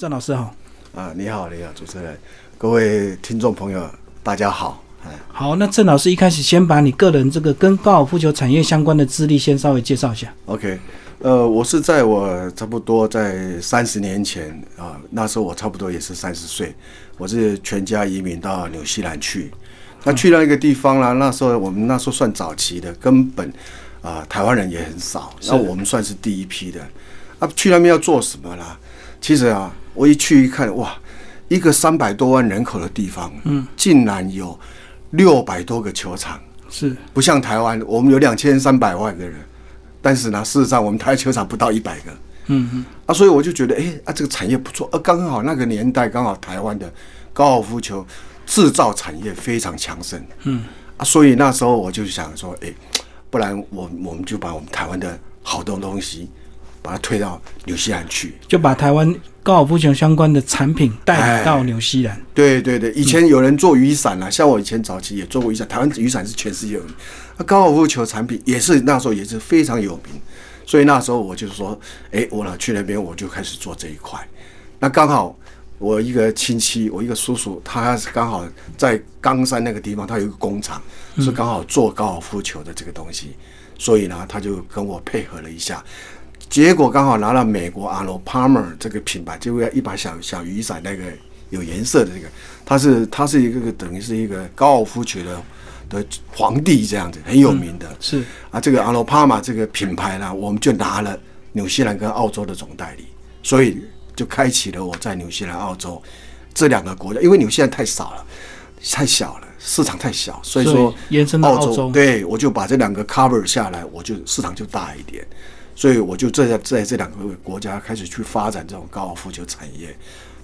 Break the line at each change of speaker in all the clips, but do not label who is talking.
郑老师好，
啊，你好，你好，主持人，各位听众朋友，大家好。哎，
好，那郑老师一开始先把你个人这个跟高尔夫球产业相关的资历先稍微介绍一下。
OK，呃，我是在我差不多在三十年前啊，那时候我差不多也是三十岁，我是全家移民到纽西兰去。那去到一个地方啦，那时候我们那时候算早期的，根本啊、台湾人也很少，那我们算是第一批的。啊，去那边要做什么啦？其实啊，我一去一看，哇，一个三百多万人口的地方，嗯，竟然有六百多个球场。
是
不像台湾，我们有两千三百万的人，但是呢，事实上我们台湾球场不到一百个。
嗯嗯，
啊，所以我就觉得，哎、啊，这个产业不错。啊，刚好那个年代，刚好台湾的高尔夫球制造产业非常强盛。嗯，啊，所以那时候我就想说，哎、不然我我们就把我们台湾的好多东西，把它推到纽西兰去。
就把台湾高尔夫球相关的产品带到纽西兰。
对对对，以前有人做雨伞啦、像我以前早期也做过雨伞，台湾雨伞是全世界有名，那高尔夫球产品也是那时候也是非常有名，所以那时候我就说，哎，我呢去那边我就开始做这一块，那刚好我一个亲戚，我一个叔叔，他是刚好在冈山那个地方，他有一个工厂，是刚好做高尔夫球的这个东西，所以呢，他就跟我配合了一下。结果刚好拿了美国阿罗 Palmer 这个品牌，就要一把小小雨伞，那个有颜色的这个，它是它是一个等于是一个高尔夫球的的皇帝这样子，很有名的。
嗯是
啊，这个阿罗帕玛这个品牌呢，我们就拿了纽西兰跟澳洲的总代理，所以就开启了我在纽西兰、澳洲这两个国家，因为纽西兰太少了，太小了，市场太小，所以说
所以延伸到澳洲
对我就把这两个 cover 下来，我就市场就大一点，所以我就这在在这两个国家开始去发展这种高尔夫球产业。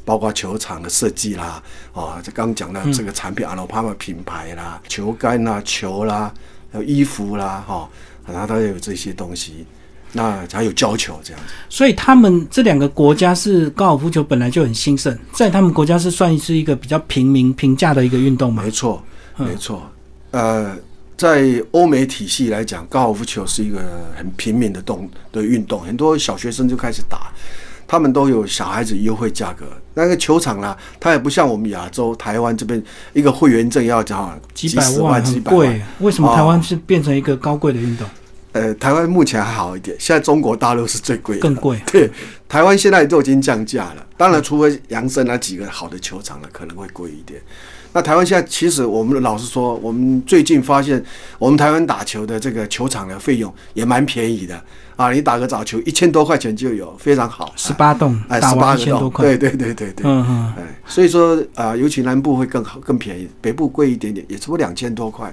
包括球场的设计啦，啊，这刚讲的这个产品阿罗帕玛品牌啦，球杆啦、球啦，还有衣服啦，哈、然后它有这些东西，那还有教球这样子。
所以他们这两个国家是高尔夫球本来就很兴盛，在他们国家是算是一个比较平民平价的一个运动嘛嗯
没。错，没错。呃，在欧美体系来讲，高尔夫球是一个很平民的动的运动，很多小学生就开始打，他们都有小孩子优惠价格。那个球场啦，它也不像我们亚洲台湾这边一个会员证要讲
几百
百
万
几
很
百万
贵。，为什么
哦
台湾是变成一个高贵的运动？
呃，台湾目前还好一点，现在中国大陆是最贵的，
更贵
对，台湾现在都已经降价了。当然，除非扬升那几个好的球场了，可能会贵一点。那台湾现在其实我们老实说，我们最近发现，我们台湾打球的这个球场的费用也蛮便宜的啊！你打个早球一千多块钱就有，非常好。
十八洞
哎，
打
十八
完
个
一千多
洞，
块。
对对对对对。
嗯嗯。
哎，所以说啊、呃尤其南部会更好、更便宜，北部贵一点点，也差不多两千多块。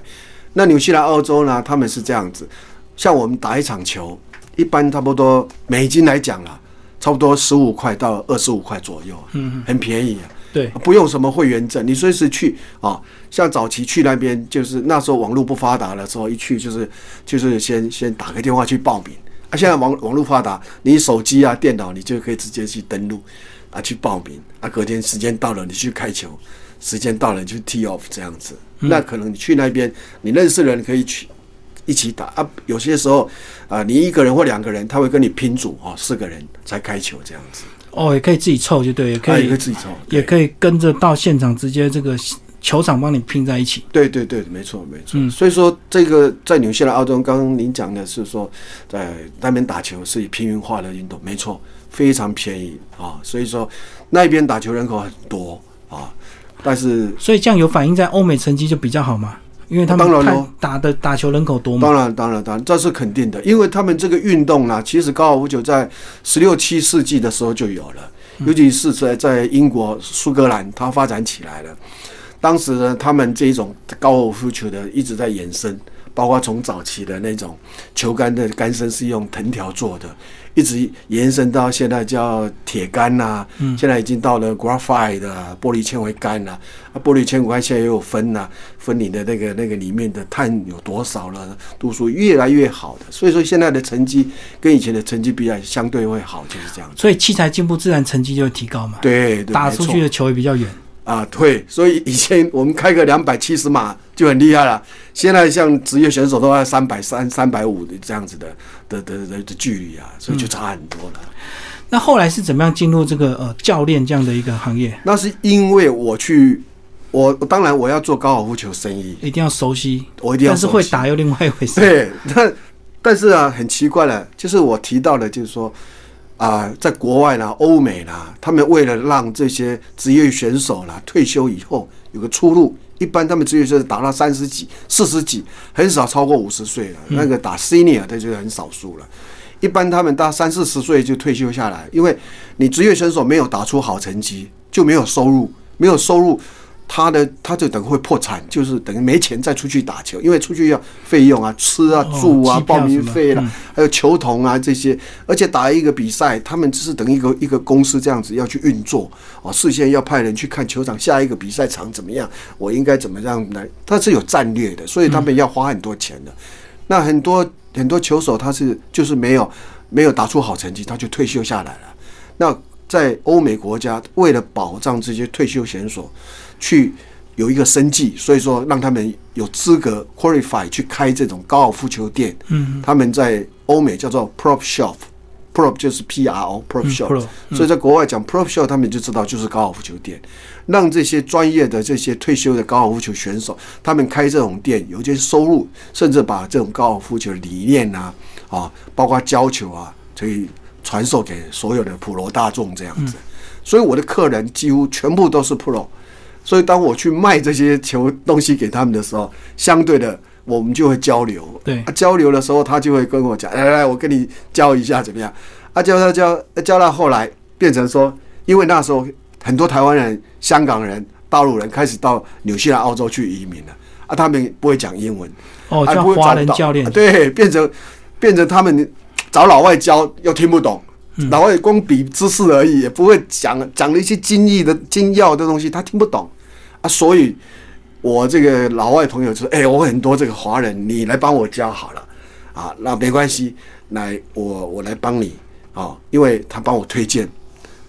那纽西兰、澳洲呢，他们是这样子，像我们打一场球，一般差不多美金来讲啦，差不多十五块到二十五块左右，嗯，很便宜啊。
对，
不用什么会员证，你随时去啊。像早期去那边，就是那时候网络不发达的时候，一去就是就是先先打个电话去报名啊。现在网网络发达，你手机啊、电脑你就可以直接去登录啊，去报名啊。隔天时间到了，你去开球；时间到了，你去 tee off 这样子。
嗯
那可能你去那边，你认识的人可以去一起打啊。有些时候啊、你一个人或两个人，他会跟你拼组啊，四个人才开球这样子，
哦，也可以自己凑，就对，也
啊，
可
一
以
个自己抽，
也
对
可以跟着到现场直接这个球场帮你拼在一起。
对对对，没错没错。
嗯
所以说，这个在纽西兰、澳洲，刚刚您讲的是说，在那边打球是以平民化的运动，没错，非常便宜啊。所以说，那边打球人口很多啊，但是
所以这样有反映在欧美成绩就比较好嘛，因为他
当
们
然
看
咯
打的打球人口多嘛。
当然当然当然，这是肯定的，因为他们这个运动啊，其实高尔夫球在十六七世纪的时候就有了，尤其是在在英国苏格兰，它发展起来了。当时呢，他们这一种高尔夫球的一直在延伸，包括从早期的那种球杆的杆身是用藤条做的，一直延伸到现在叫铁杆呐、
嗯
现在已经到了 graphite 的、啊、玻璃纤维杆啦、啊，玻璃纤维杆现在也有分呐、分你的那个那个里面的碳有多少了，度数越来越好的，所以说现在的成绩跟以前的成绩比较相对会好，就是这样子。
所以器材进步，自然成绩就会提高嘛。
对，对
打
没
出
错
去的球也比较远。
啊，对，所以以前我们开个两百七十码就很厉害了，现在像职业选手都要
嗯
三百三、三百五的这样子的的的的的距离啊，所以就差很多了。
那后来是怎么样进入这个呃教练这样的一个行业？
那是因为我去，我当然我要做高尔夫球生意，
一定要熟悉，
我一定要
但是会
熟悉
打又另外一回事。
对，但但是啊，很奇怪了，就是我提到的，就是说啊、在国外啦、欧美啦，他们为了让这些职业选手啦退休以后有个出路，一般他们职业选手打到三十几、四十几，很少超过五十岁了。那个打 senior 的就是很少数了。一般他们到三四十岁就退休下来，因为你职业选手没有打出好成绩，就没有收入，没有收入，他的他就等于会破产，就是等于没钱再出去打球，因为出去要费用啊、吃啊、
哦
住啊、
机票
报名
什么
费啦、
嗯
还有球童啊这些，而且打一个比赛，他们只是等一个一个公司这样子要去运作哦，事先要派人去看球场下一个比赛场怎么样，我应该怎么样来，他是有战略的，所以他们要花很多钱的。那很多很多球手他是就是没有没有打出好成绩，他就退休下来了。那在欧美国家，为了保障这些退休选手去有一个生计，所以说让他们有资格 qualify 去开这种高尔夫球店。
嗯，
他们在欧美叫做 prop shop，prop 就是 P R O prop
嗯
shop，、
，pro，
所以在国外讲 prop shop，他们就知道就是高尔夫球店，让这些专业的这些退休的高尔夫球选手，他们开这种店有一些收入，甚至把这种高尔夫球理念啊，啊，包括教球啊，可以传授给所有的普罗大众这样子。所以我的客人几乎全部都是 pro，所以当我去卖这些球东西给他们的时候，相对的我们就会交流。
对
啊、交流的时候，他就会跟我讲：“来来，我跟你教一下怎么样？”啊，教教教教到后来变成说，因为那时候很多台湾人、香港人、大陆人开始到纽西兰、澳洲去移民了啊，他们不会讲英文，
哦，
还
叫
啊不会
华
找
人
到
教练
啊，对，变成变成他们找老外教又听不懂，
嗯
老外光比知识而已，也不会讲讲了一些精益的精要的东西，他听不懂啊，所以我这个老外朋友就说：“哎、我很多这个华人，你来帮我教好了啊，那没关系，来我我来帮你啊，因为他帮我推荐，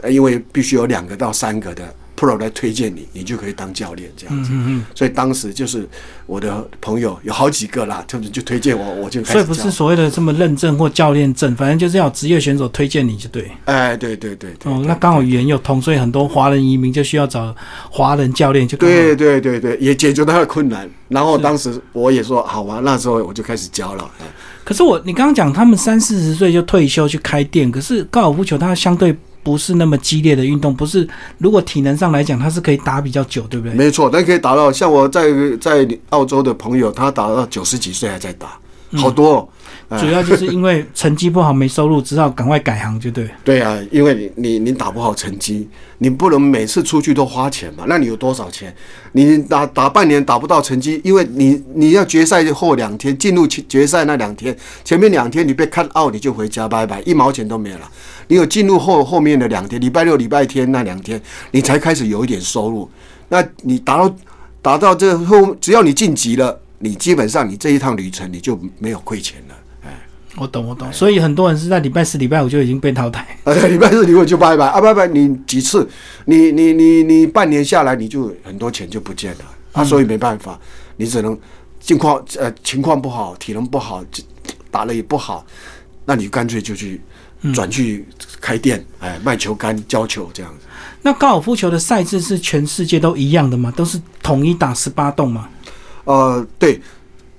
呃因为必须有两个到三个的 pro 来推荐你，你就可以当教练这样子。
嗯嗯
所以当时就是我的朋友有好几个啦，他们就推荐我，我就开
所以
始
不
教
是。所谓的这么认证或教练证，反正就是要职业选手推荐你就对。
哎，对对对对，
哦，那刚好语言又通，所以很多华人移民就需要找华人教练，就刚好
对对对对，也解决他的困难。然后当时我也说好吧，那时候我就开始教了。哎
可是我，你刚刚讲他们三四十岁就退休去开店，可是高尔夫球它相对不是那么激烈的运动，不是如果体能上来讲，它是可以打比较久，对不对？
没错，但可以打到像我在在澳洲的朋友，他打到九十几岁还在打，
嗯
好多、哦。哎
主要就是因为成绩不好没收入，只好赶快改行，就 对。
对啊，因为你你你打不好成绩，你不能每次出去都花钱嘛。那你有多少钱？你打打半年打不到成绩，因为你你要决赛后两天进入决决赛那两天，前面两天你被 cut out 你就回家拜拜，一毛钱都没有了。你有进入后后面的两天，礼拜六、礼拜天那两天，你才开始有一点收入。那你达到达到这后，只要你晋级了，你基本上你这一趟旅程你就没有亏钱了。
我懂，我懂。所以很多人是在礼拜四、礼拜五就已经被淘汰。
呃， 礼拜四你会就拜拜啊，拜拜！你几次，你你你你半年下来，你就很多钱就不见了啊，所以没办法，你只能境况呃情况不好，体能不好，这打了也不好，那你干脆就去转去开店，哎，卖球杆、教球这样子。
那高尔夫球的赛制是全世界都一样的吗？都是统一打十八洞吗？
呃，对，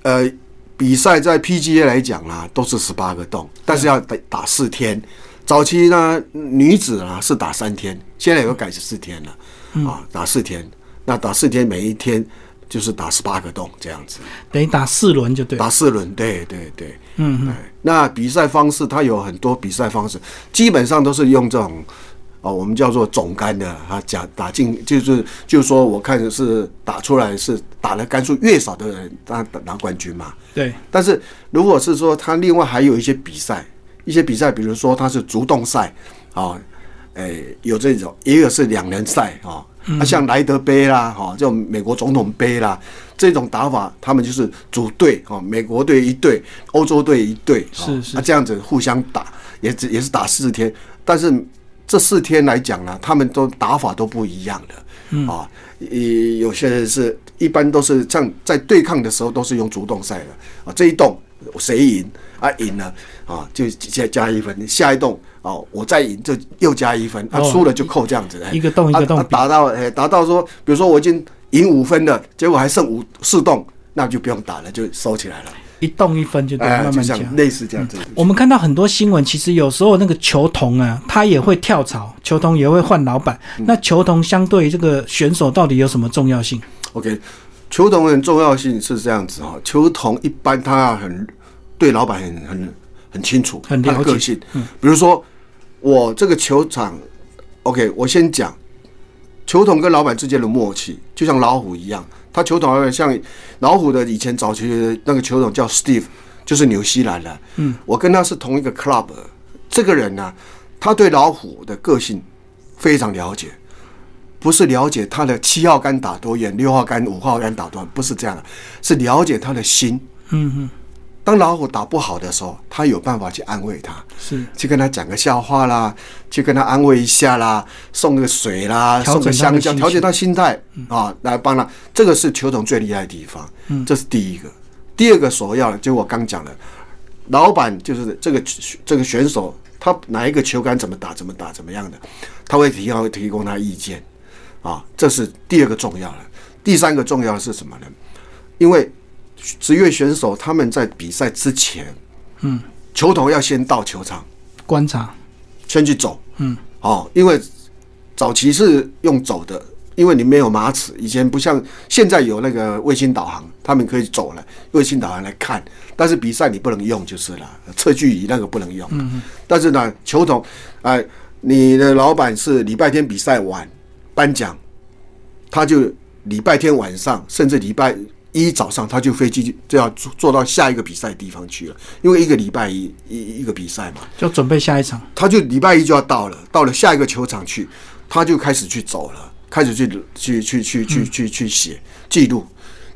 呃，比赛在 PGA 来讲啦，都是十八个洞，但是要打打四天。早期呢，女子啊是打三天，现在有改成四天了，啊，打四天。那打四天，每一天就是打十八个洞这样子，
等于打四轮就对。
打四轮。对对对，
嗯
哎，那比赛方式它有很多比赛方式，基本上都是用这种。哦，我们叫做总杆的啊，假打进就是就是说，我看是打出来是打的杆数越少的人，他拿冠军嘛。
对，
但是如果是说他另外还有一些比赛，一些比赛，比如说他是主动赛啊，诶、有这种，也有是两人赛啊，
嗯
啊像莱德杯啦，哈、这种美国总统杯啦，这种打法，他们就是组队啊，美国队一队，欧洲队一队，啊
是是
啊这样子互相打，也只也是打四天，但是这四天来讲呢，他们都打法都不一样的。
嗯
啊，也有些人是一般都是像在对抗的时候都是用主动赛的啊，这一动谁赢啊？赢了啊，就再加一分。下一栋哦，我再赢就又加一分，啊，
哦
输了就扣这样子。哎
一个洞一个洞
啊啊达到哎，达到说，比如说我已经赢五分了，结果还剩五四栋，那就不用打了，就收起来了。
一动一分就对，
哎，
慢
就
慢加。
像类似这样子。
我们看到很多新闻，其实有时候那个球童啊，他也会跳槽，球童也会换老板。
嗯
那球童相对于这个选手到底有什么重要性？
OK，球童很重要性是这样子哈，球童一般他很对老板很很很清楚，
很了解嗯
他的个性。比如说我这个球场，OK，我先讲球童跟老板之间的默契，就像老虎一样，他球童好像像老虎的以前早期的那个球童叫 Steve，就是纽西兰的，嗯，我跟他是同一个 club，的这个人呢、他对老虎的个性非常了解。不是了解他的七号杆打多远，六号杆、五号杆打多远，不是这样的，是了解他的心。
嗯嗯，
当老虎打不好的时候，他有办法去安慰他，
是
去跟他讲个笑话啦，去跟他安慰一下啦，送个水啦，
调整
送个香
他的心
蕉，
情嗯
调节他心态啊，来帮他。这个是球童最厉害的地方，这是第一个。第二个首要的，就我刚讲的，老板就是这个这个选手，他哪一个球杆怎么打，怎么打，怎么样的，他会提要提供他意见啊，这是第二个重要的。第三个重要的是什么呢？因为职业选手他们在比赛之前，嗯，球童要先到球场。
观察，
先去走，
嗯，
哦，因为早期是用走的，因为你没有马齿，以前不像现在有那个卫星导航，他们可以走了，卫星导航来看，但是比赛你不能用就是了，测距仪那个不能用，嗯，但是呢，球童，哎、你的老板是礼拜天比赛晚颁奖，他就礼拜天晚上，甚至礼拜一早上，他就飞机就要坐坐到下一个比赛地方去了，因为一个礼拜一一一个比赛嘛，
就准备下一场。
他就礼拜一就要到了，到了下一个球场去，他就开始去走了，开始去去去去去去去写记录，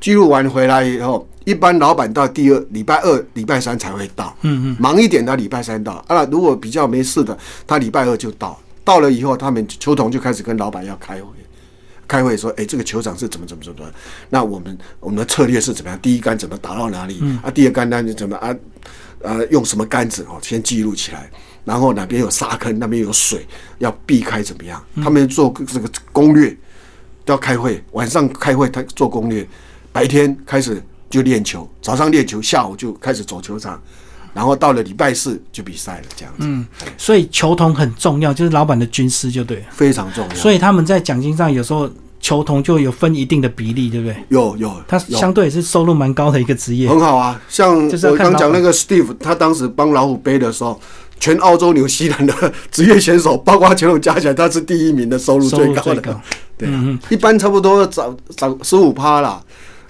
记录完回来以后，一般老板到第二礼拜二、礼拜三才会到，嗯嗯，忙一点到礼拜三到，啊，如果比较没事的，他礼拜二就到，到了以后，他们球童就开始跟老板要开会。开会说，哎、这个球场是怎么怎么怎么的？那我们我们的策略是怎么样？第一杆怎么打到哪里？
嗯
啊，第二杆呢你怎么啊？呃，用什么杆子哦，先记录起来，然后哪边有沙坑，那边有水，要避开怎么样？
嗯
他们做这个攻略，要开会，晚上开会，他做攻略，白天开始就练球，早上练球，下午就开始走球场，然后到了礼拜四就比赛了，这样子，嗯，
所以球童很重要，就是老板的军师就对了。
非常重要。
所以他们在奖金上有时候球童就有分一定的比例，对不对？
有有，
他
有
相对也是收入蛮高的一个职业。
很好啊，像
就是要
我
看
刚讲
老
那个 Steve，他当时帮老虎杯的时候，全澳洲、纽西兰的职业选手，包括全部加起来，他是第一名的收入
收入
最高
最
的
高。 嗯
对啊，一般差不多涨涨十五趴啦，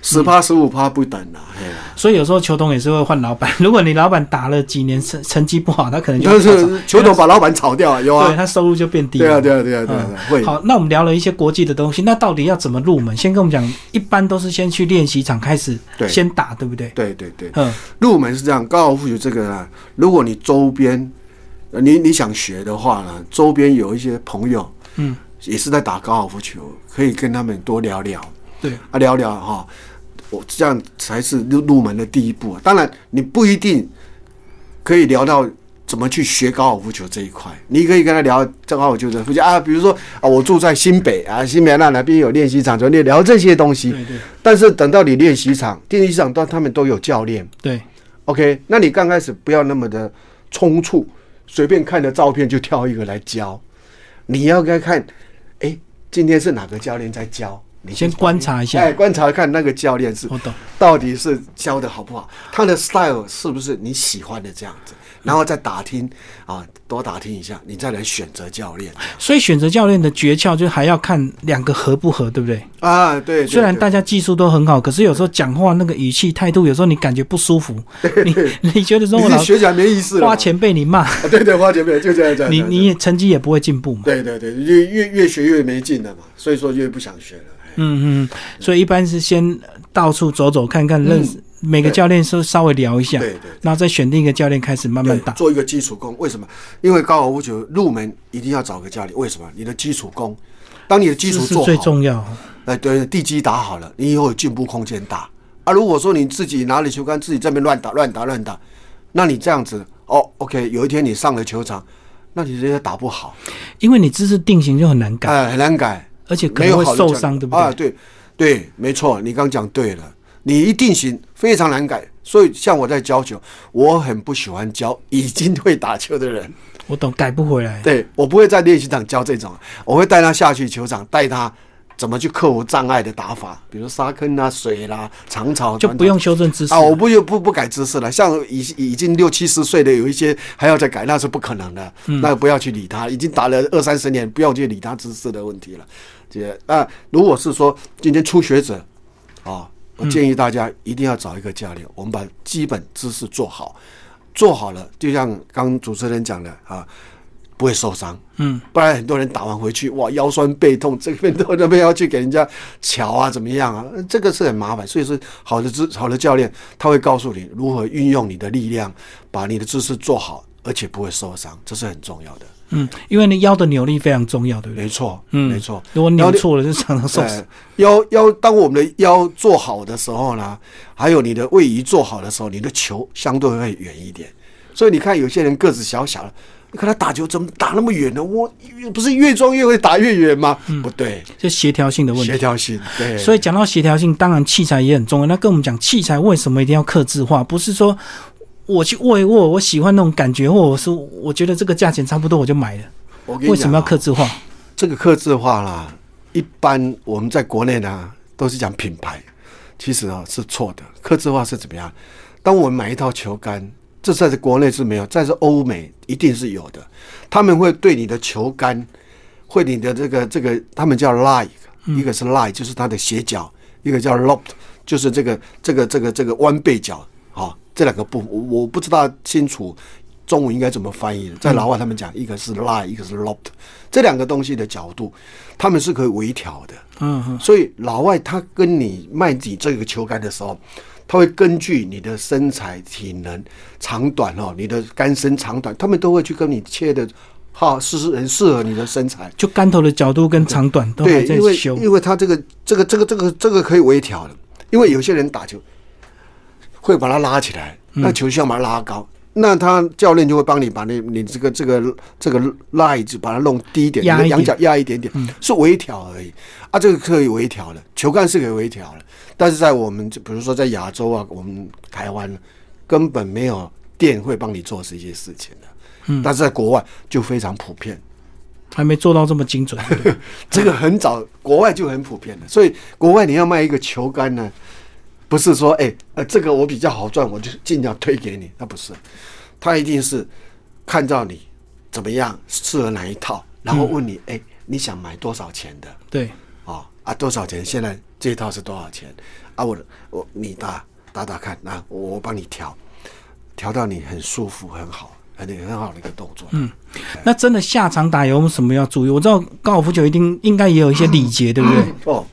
十趴
嗯
十五趴不等啦。嘿啦
所以有时候球童也是会换老板。如果你老板打了几年成成绩不好，他可能就
但
跳槽
是球童把老板炒掉啊，有
对
啊，
他收入就变低
对
了。
啊，对啊，对啊，对啊，对啊会
嗯好，那我们聊了一些国际的东西，那到底要怎么入门？先跟我们讲，一般都是先去练习场开始，
对
先打，对不对？
对对对。
嗯，
入门是这样，高尔夫球这个呢，如果你周边，呃你你想学的话呢，周边有一些朋友，
嗯，
也是在打高尔夫球，可以跟他们多聊聊
对，
啊，聊聊哈，我这样才是入入门的第一步、啊。当然，你不一定可以聊到怎么去学高尔夫球这一块，你可以跟他聊这高尔夫球的附近啊，比如说啊，我住在新北啊，新北那哪边有练习场，就练聊这些东西
对。对
但是等到你练习场、练习场到他们都有教练。
对，
OK，那你刚开始不要那么的冲促，随便看的照片就挑一个来教。你要该看，哎、今天是哪个教练在教？你
先观察一
哎
下。哦
观察看那个教练是
我懂，
到底是教的好不好，他的 style 是不是你喜欢的这样子，然后再打听啊，多打听一下，你再来选择教练
所以选择教练的诀窍就是还要看两个合不合，对不对？
啊。对，对
虽然
对
大家技术都很好，可是有时候讲话那个语气态度，有时候你感觉不舒服，你你觉得说我
你自
老
己学起来没意思了嘛，
花钱被你骂，
啊对对花钱没有就这样这样，
你
这样
你也成绩也不会进步嘛。
对对对，越越越学越没劲了嘛，所以说越不想学了。哎
嗯嗯，所以一般是先到处走走看看，认识每个教练是稍微聊一下，
嗯对对
然后再选定一个教练开始慢慢
对
打。
做一个基础功。为什么？因为高尔夫球入门一定要找个教练。为什么？你的基础功，当你的基础
这是
做
最
好，
重要。
哎，对，地基打好了，你以后有进步空间大。啊，如果说你自己拿了球杆自己这边乱打乱打乱打，那你这样子哦，OK，有一天你上了球场，那你这些打不好，
因为你姿势定型就很难改，
哎，很难改，
而且可
没
能
有
会
好的
受
教练
伤，对不对？
啊，对对，没错，你刚讲对了，你一定行，非常难改。所以像我在教球，我很不喜欢教已经会打球的人。
我懂，改不回来。
对我不会在练习场教这种，我会带他下去球场，带他怎么去克服障碍的打法，比如沙坑啊、水啦、长草，
就不用修正姿势
啊，我不就不不改姿势了。像已已经六七十岁的，有一些还要再改，那是不可能的。
嗯
那不要去理他，已经打了二三十年，不要去理他姿势的问题了。这那如果是说今天初学者，
嗯
啊，我建议大家一定要找一个教练，我们把基本姿势做好，做好了，就像刚主持人讲的啊。不会受伤，
嗯，
不然很多人打完回去，哇，腰酸背痛， 这边都那边要去给人家瞧啊，怎么样啊？呃这个是很麻烦。所以说，好的知好的教练，他会告诉你如何运用你的力量，把你的姿势做好，而且不会受伤，这是很重要的。
嗯，因为你腰的扭力非常重要，对不对？
没错，
嗯，
没错。
如果扭错了，就常常受伤。
呃腰腰，当我们的腰做好的时候呢，还有你的位移做好的时候，你的球相对会远一点。所以你看，有些人个子小小的，你看他打球怎么打那么远呢？我不是越撞越会打越远吗？不对，
就协调性的嗯问
协
题。
调性。对，
所
以
以讲到协调性，当然器材也很重要。那跟我们讲器材为什么一定要克制化？不是说我去握一握，我喜欢那种感觉，或者是我觉得这个价钱差不多我就买了，
我跟你
为什么要
讲啊
克制化？
这个刻字化啦，一般我们在国内呢都是讲品牌，其实啊是错的。刻字化是怎么样？当我们买一套球杆，这在国内是没有，但是欧美一定是有的。他们会对你的球杆，会你的这个这个，他们叫 lie，一个是 lie，就是它的斜角，一个叫 loft，就是这个这个这个这个弯背角。好、这两个不，我我不知道清楚中文应该怎么翻译的。在老外他们讲，一个是 lie，一个是 loft，这两个东西的角度，他们是可以微调的。
嗯嗯，
所以老外他跟你卖你这个球杆的时候，他会根据你的身材、体能、长短哦，你的杆身长短，他们都会去跟你切的，好适适很适合你的身材。
就杆头的角度跟长短都还
对，
在
因为
修。
因为他这个这个这个这个这个可以微调的，因为有些人打球会把它拉起来，那
嗯
球需要把它拉高。那他教练就会帮你把你你这个这个这个 line 就把它弄低一点，
压一
你的仰
点嗯
角压一点点，是微调而已。啊，这个可以微调的，球杆是可以微调的，但是在我们就比如说在亚洲啊，我们台湾根本没有店会帮你做这些事情的。
嗯
但是在国外就非常普遍，
还没做到这么精准。 对不对
这个很早，国外就很普遍了。所以国外你要卖一个球杆呢，不是说哎、呃这个我比较好赚，我就尽量推给你，那不是，他一定是看到你怎么样适合哪一套，然后问你哎、你想买多少钱的
对，
啊、啊多少钱？现在这一套是多少钱啊？我我你打打打看，那、我我帮你调，调到你很舒服很好，很很好的一个动作。嗯，
那真的下场打有什么要注意？我知道高尔夫球一定应该也有一些礼节，对不对？
哦，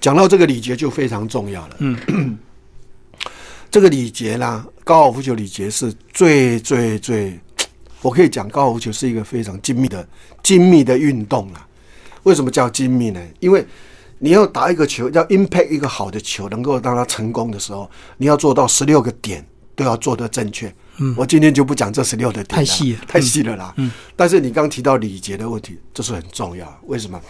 讲到这个礼节就非常重要了。嗯， 这个礼节啦，高尔夫球礼节是最最最，我可以讲高尔夫球是一个非常精密的精密的运动啦。为什么叫精密呢？因为你要打一个球，要 impact 一个好的球，能够让它成功的时候，你要做到十六个点都要做得正确。嗯，我今天就不讲这十六的点啦，
太细了
太细了啦。嗯，但是你刚提到礼节的问题，这是很重要。为什么？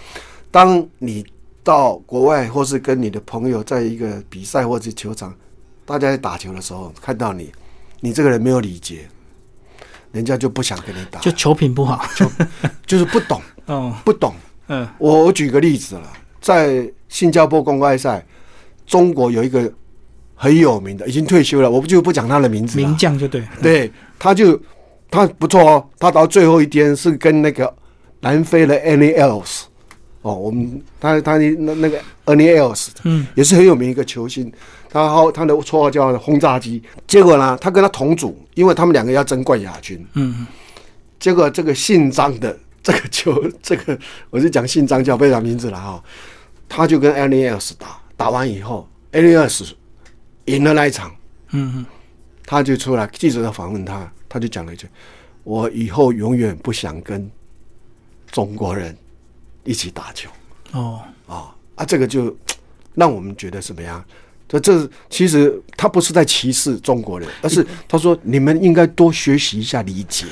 当你到国外或是跟你的朋友在一个比赛或者球场，大家在打球的时候，看到你，你这个人没有礼节，人家就不想跟你打，
就球品不好。
就是不懂，
哦，
不懂。
嗯、
我我举个例子了，在新加坡公开赛，中国有一个很有名的，已经退休了，我不就不讲他的名字了
名。将就对。
对，他就他不错哦，他到最后一天是跟那个南非的 Any Else 哦，我们他他那那个 Any Else，
嗯，
也是很有名一个球星，他号他的绰号叫轰炸机。结果呢，他跟他同组，因为他们两个要争冠亚军，
嗯，
结果这个姓张的这个球， 这个我是讲姓张叫不要讲名字了哈、他就跟 Any Else 打，打完以后 Any Else 赢了那一场。
嗯嗯，
他就出来，记者要访问他，他就讲了一句：“我以后永远不想跟中国人一起打球
哦，
啊、啊！”这个就让我们觉得怎么样？这这其实他不是在歧视中国人，而是他说你们应该多学习一下理解，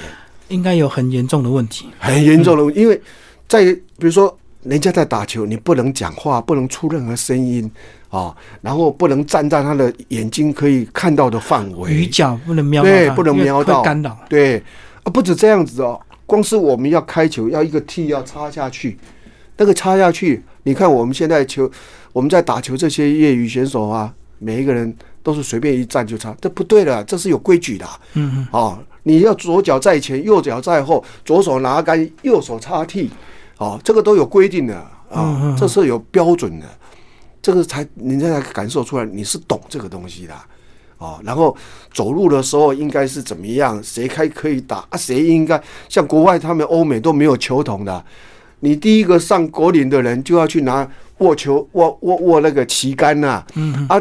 应该有很严重的问题。
很严重的问题，因为在比如说人家在打球，你不能讲话，不能出任何声音啊、然后不能站在他的眼睛可以看到的范
鱼
围，
角不能瞄到它，
对，不能
因为
瞄到，
会干扰。
对，啊，不止这样子哦，光是我们要开球，要一个 T 要插下去，那个插下去，你看我们现在球，我们在打球这些业余选手啊，每一个人都是随便一站就插，这不对了，这是有规矩的啊、
嗯，
哦，你要左脚在前，右脚在后，左手拿杆，右手插替，哦，这个都有规定的啊、
嗯嗯嗯
这是有标准的，这个才人家才感受出来你是懂这个东西的啊、哦。然后走路的时候应该是怎么样，谁开可以打啊，谁应该像国外他们欧美都没有球童的啊、你第一个上果岭的人就要去拿握球握握握那个旗杆呐、
嗯
啊，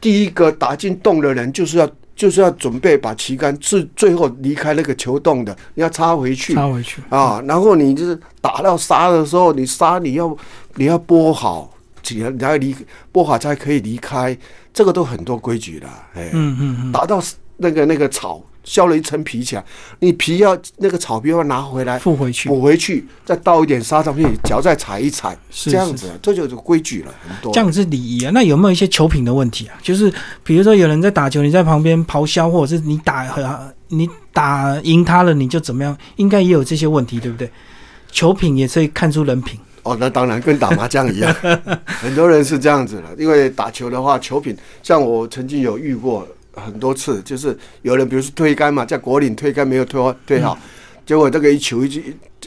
第一个打进洞的人就是要就是要准备把旗杆最最后离开那个球洞的，你要插回去
插回去。
啊。然后你就是打到沙的时候，你沙你要你要拨好，你要你要离拨好才可以离开，这个都很多规矩的，哎，
嗯嗯嗯，
打到那个那个草削了一层皮起来，你皮要那个草皮要拿回来。
附嗯回去。
补回去，再倒一点沙上去，脚再踩一踩，
是
这样子，这就是规矩了，很多。
这样是礼仪啊。那有没有一些球品的问题啊？就是比如说有人在打球，你在旁边咆哮，或者是你打很你打赢他了，你就怎么样？应该也有这些问题，对不对？球品也可以看出人品。
哦，那当然跟打麻将一样，很多人是这样子的。因为打球的话，球品像我曾经有遇过很多次，就是有人比如说推杆嘛，在果岭推杆没有推好推好，结果这个一球一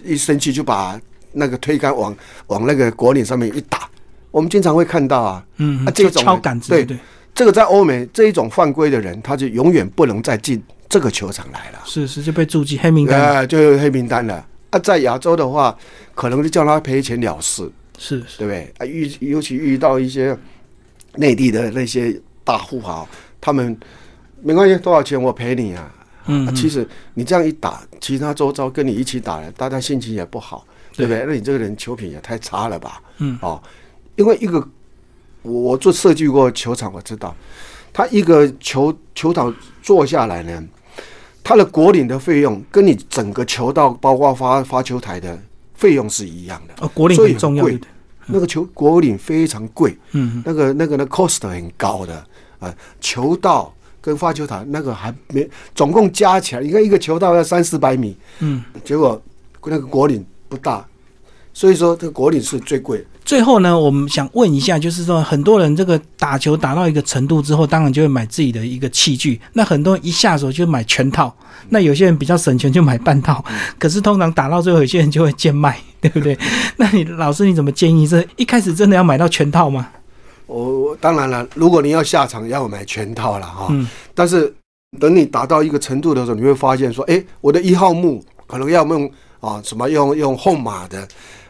一一生气就把那个推杆往往那个果岭上面一打，我们经常会看到啊。
嗯，
啊这
就
种
敲杆子，
对
不对？
这个在欧美这一种犯规的人，他就永远不能再进这个球场来了。
是是，就被注记黑名单。
呃，就有黑名单了。啊，在亚洲的话，可能就叫他赔钱了事。
是是，
对不对？啊，遇尤其遇到一些内地的那些大富豪，他们没关系，多少钱我赔你啊。
嗯
啊，
嗯
其实你这样一打，其他周遭跟你一起打的，大家心情也不好，对不对？那你这个人球品也太差了吧？
嗯，
哦，因为一个我我做设计过球场，我知道，他一个球球场做下来呢，他的国领的费用跟你整个球道包括发发球台的费用是一样的。
哦，国领
所以
很重要，
贵
对不对？
那个球国领非常贵，
嗯，
那个那个呢 cost 很高的啊、球道跟发球台那个还没，总共加起来，你看一个球道要三四百米，
嗯，
结果那个国领不大，所以说这个国领是最贵的。
最后呢，我们想问一下，就是说，很多人这个打球打到一个程度之后，当然就会买自己的一个器具。那很多人一下手就买全套，那有些人比较省钱就买半套。可是通常打到最后，有些人就会贱卖，对不对？那你老师你怎么建议？这一开始真的要买到全套吗？
我我当然了，如果你要下场，要买全套了哈。
嗯
但是等你达到一个程度的时候，你会发现说，哎，我的一号木可能要用啊什么用用后马的，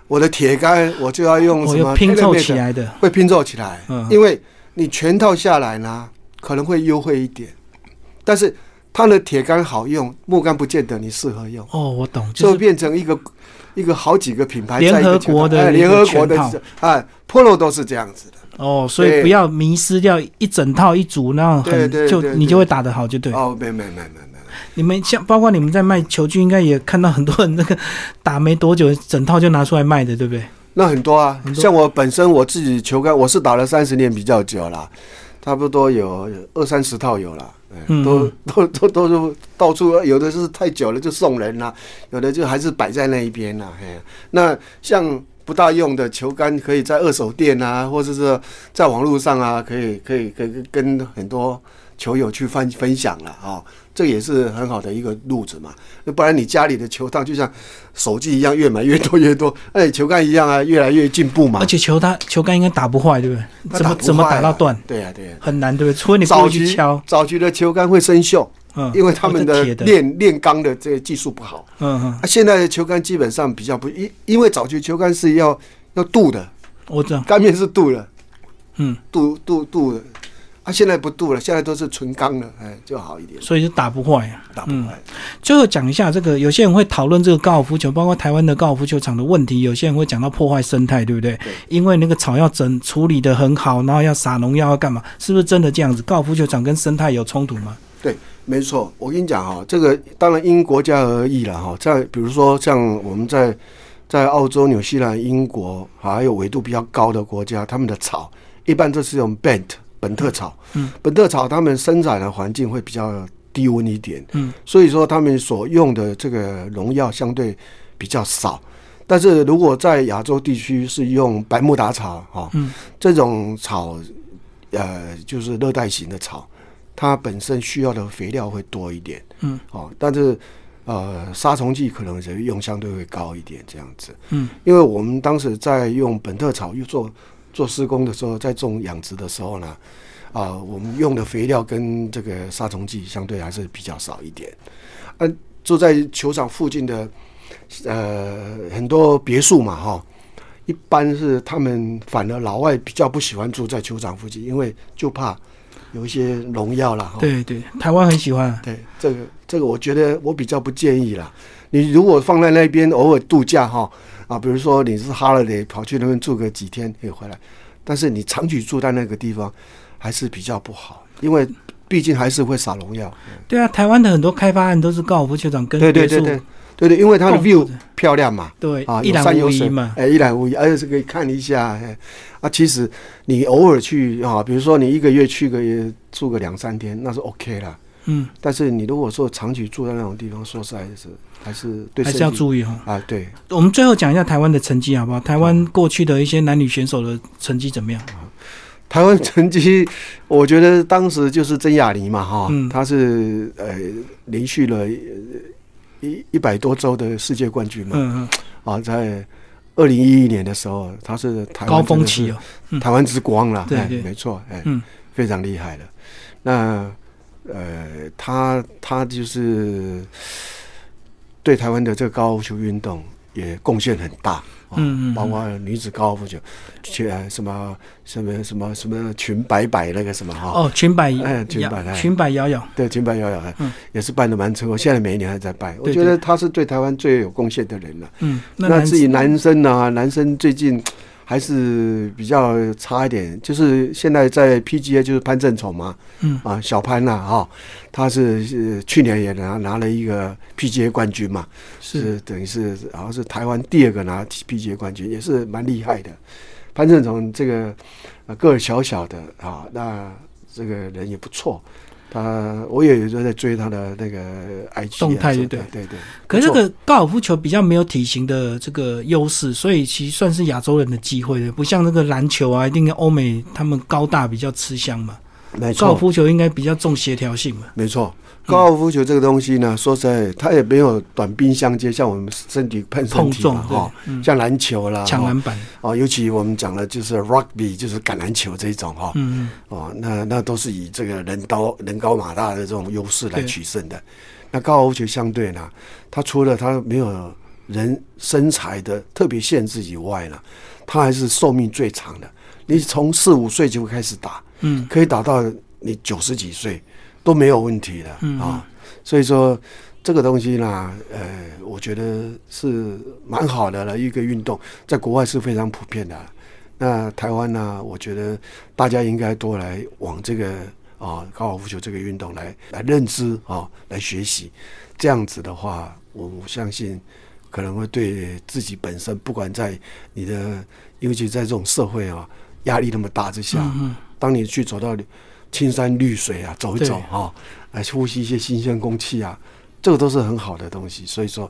我的铁杆我就要用
我
什
又
么
哦拼凑
tailor-made
起
的
来的，
会拼凑起来，
嗯
因为你全套下来呢，可能会优惠一点，但是它的铁杆好用，木杆不见得你适合用，
哦，我懂，
就
就是
变成一个一个好几个品牌
联
在一个
合
球
国
场
的
哎
一个
联合国的
全套
哎，Polo 都是这样子的，
哦，所以
对
不要迷失掉一整套一组，那样
对
很
对
就
对
你
对
就会打得好，就对。
哦，没没没没没，
你们像包括你们在卖球具，应该也看到很多人那个打没多久，整套就拿出来卖的，对不对？
那很多啊，
很多
像我本身我自己球杆，我是打了三十年比较久了，差不多有有二三十套有了。哎
嗯
都 都都都是到处，呃有的是太久了就送人了，有的就还是摆在那一边了。嘿，那像不大用的球杆，可以在二手店啊，或者是在网络上啊，可以可以可以跟很多球友去分分享了啊、哦，这也是很好的一个路子嘛。那不然你家里的球档就像手机一样，越买越多越多，哎，球杆一样啊，越来越进步嘛
而。且球它球杆应该打不坏，对不对？
那
怎么
打不
怎么
坏
打到
啊
断？
对呀、对呀、
很难，对不对？除非你
早
过去
期
敲，
早期的球杆会生锈，
嗯，
因为他们
哦这
的
铁的，
炼炼钢的这个技术不好。
嗯嗯，
啊，现在的球杆基本上比较不因因为早期球杆是要要镀的，
我知道，
杆面是镀的，
嗯，
镀镀镀的，啊，啊，现在不镀了，现在都是纯钢的，哎，就好一点，
所以就打不坏啊。
打不坏。
最后讲一下这个，有些人会讨论这个高尔夫球，包括台湾的高尔夫球场的问题。有些人会讲到破坏生态，对不对？因为那个草要整处理的很好，然后要撒农药，要干嘛？是不是真的这样子？高尔夫球场跟生态有冲突吗？
对，没错，我跟你讲哈、这个当然因国家而异了哈、在比如说像我们在在澳洲、纽西兰、英国，还有纬度比较高的国家，他们的草一般都是用 bent 本特草。
嗯，
本特草他们生长的环境会比较低温一点。
嗯，
所以说他们所用的这个农药相对比较少。但是如果在亚洲地区是用白木达草哈、
嗯
这种草，呃，就是热带型的草，它本身需要的肥料会多一点，
嗯
哦，但是呃，杀虫剂可能人用相对会高一点这样子。
嗯
因为我们当时在用本特草又做做施工的时候，在种养殖的时候呢，啊、我们用的肥料跟这个杀虫剂相对还是比较少一点。啊，住在球场附近的呃很多别墅嘛，哈、一般是他们反而老外比较不喜欢住在球场附近，因为就怕有一些农药啦，哈、
对对，台湾很喜欢啊。
对，这个这个我觉得我比较不建议啦。你如果放在那边偶尔度假哈啊，比如说你是哈勒雷跑去那边住个几天可以回来，但是你长期住在那个地方还是比较不好，因为毕竟还是会撒农药。
对啊，台湾的很多开发案都是高尔夫球场跟
对对
别
对
墅，
对对对，因为它的
共
view
处的
漂亮嘛。
对
啊，
一
有
览
山
无
有
遗
水
嘛。
哎，一览无遗，而且是可以看一下，哎，啊，其实你偶尔去啊，比如说你一个月去个住个两三天，那是 OK 啦。
嗯，
但是你如果说长期住在那种地方，说实在是还是对
还是
身体
要注意哈。
啊，对，
我们最后讲一下台湾的成绩好不好？台湾过去的一些男女选手的成绩怎么样？
台湾成绩，我觉得当时就是曾雅妮嘛，哈、
嗯
她是呃连续了呃一一百多周的世界冠军嘛，
嗯嗯，
啊，在二零一一年的时候，她是台湾
高峰
真的是
期哦。嗯
台湾之光啦，
对
哎
对
没错，哎，
嗯
非常厉害了。那呃，他他就是对台湾的这个高尔夫球运动也贡献很大，哦
嗯嗯嗯
包括女子高尔夫球，去呃什么什么什么什么裙摆摆那个什么哈，
哦，裙摆
哎裙摆哎
裙摆摇摇。
对，裙摆摇摇，哎
嗯
也是办的蛮成功，现在每一年还在办，我
对
觉
对
得他是对台湾最有贡献的人了。
嗯，
那
男
至于男生呢、男生最近还是比较差一点，就是现在在 PGA 就是潘正崇嘛，
嗯
啊，小潘呐、啊，他是呃去年也拿拿了一个 PGA 冠军嘛，
是
等于是好像是台湾第二个拿 PGA 冠军，也是蛮厉害的。潘正崇这个、呃个儿小小的啊，那这个人也不错。他我也有时候在追他的那个 IG 啊
动态
什么
就对
的对对，
可是这
不错
个高尔夫球比较没有体型的这个优势，所以其实算是亚洲人的机会的，不像那个篮球啊，一定欧美他们高大比较吃香嘛。
没
高尔
错。
夫球应该比较重协调性嘛。
没错，高尔夫球这个东西呢，
嗯
说实在，它也没有短兵相接，像我们身体碰身
碰
体
撞
嘛，
对
哈，
嗯
像篮球啦，
抢
哈
篮板，
哦，尤其我们讲的就是 rugby，就是橄榄球这一种哈，
嗯，
哦，那那都是以这个人高人高马大的这种优势来
对
取胜的。那高尔夫球相对呢，它除了它没有人身材的特别限制以外呢，它还是寿命最长的。你从四五岁就开始打，
嗯，
可以打到你九十几岁都没有问题的啊、所以说这个东西呢，呃，我觉得是蛮好的了，一个运动在国外是非常普遍的。那台湾呢，我觉得大家应该多来往这个啊高尔夫球这个运动来来认知啊，来学习。这样子的话，我我相信可能会对自己本身，不管在你的，尤其在这种社会啊压力那么大之下，当你去走到青山绿水啊走一走
对
啊，来呼吸一些新鲜空气啊，这个都是很好的东西。所以说，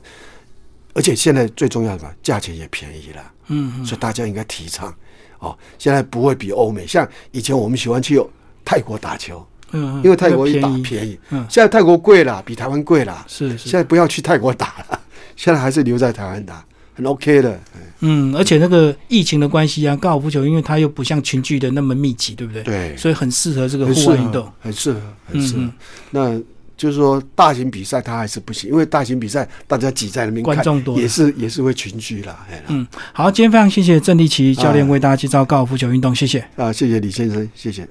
而且现在最重要的嘛，价钱也便宜了，
嗯，
所以大家应该提倡哦。现在不会比欧美，像以前我们喜欢去泰国打球，
嗯，
因为泰国一打
比较宜，
便宜，
嗯
现在泰国贵了，比台湾贵了。
是是
现，在不要去泰国打了， 现在还是留在台湾打，很 OK 的。嗯
嗯，而且那个疫情的关系啊，高尔夫球因为它又不像群聚的那么密集，对不对？，
对，
所以很适合这个
很
户
适
外运动
合。，很适合，很适合。
嗯
那就是说，大型比赛它还是不行，因为大型比赛大家挤在那边看，
观众多
啊也是也是会群聚啦。哎啦
嗯，
哎
好，今天非常谢谢郑立奇教练为大家介绍高尔夫球运动，谢谢。
啊，谢谢李先生，谢谢。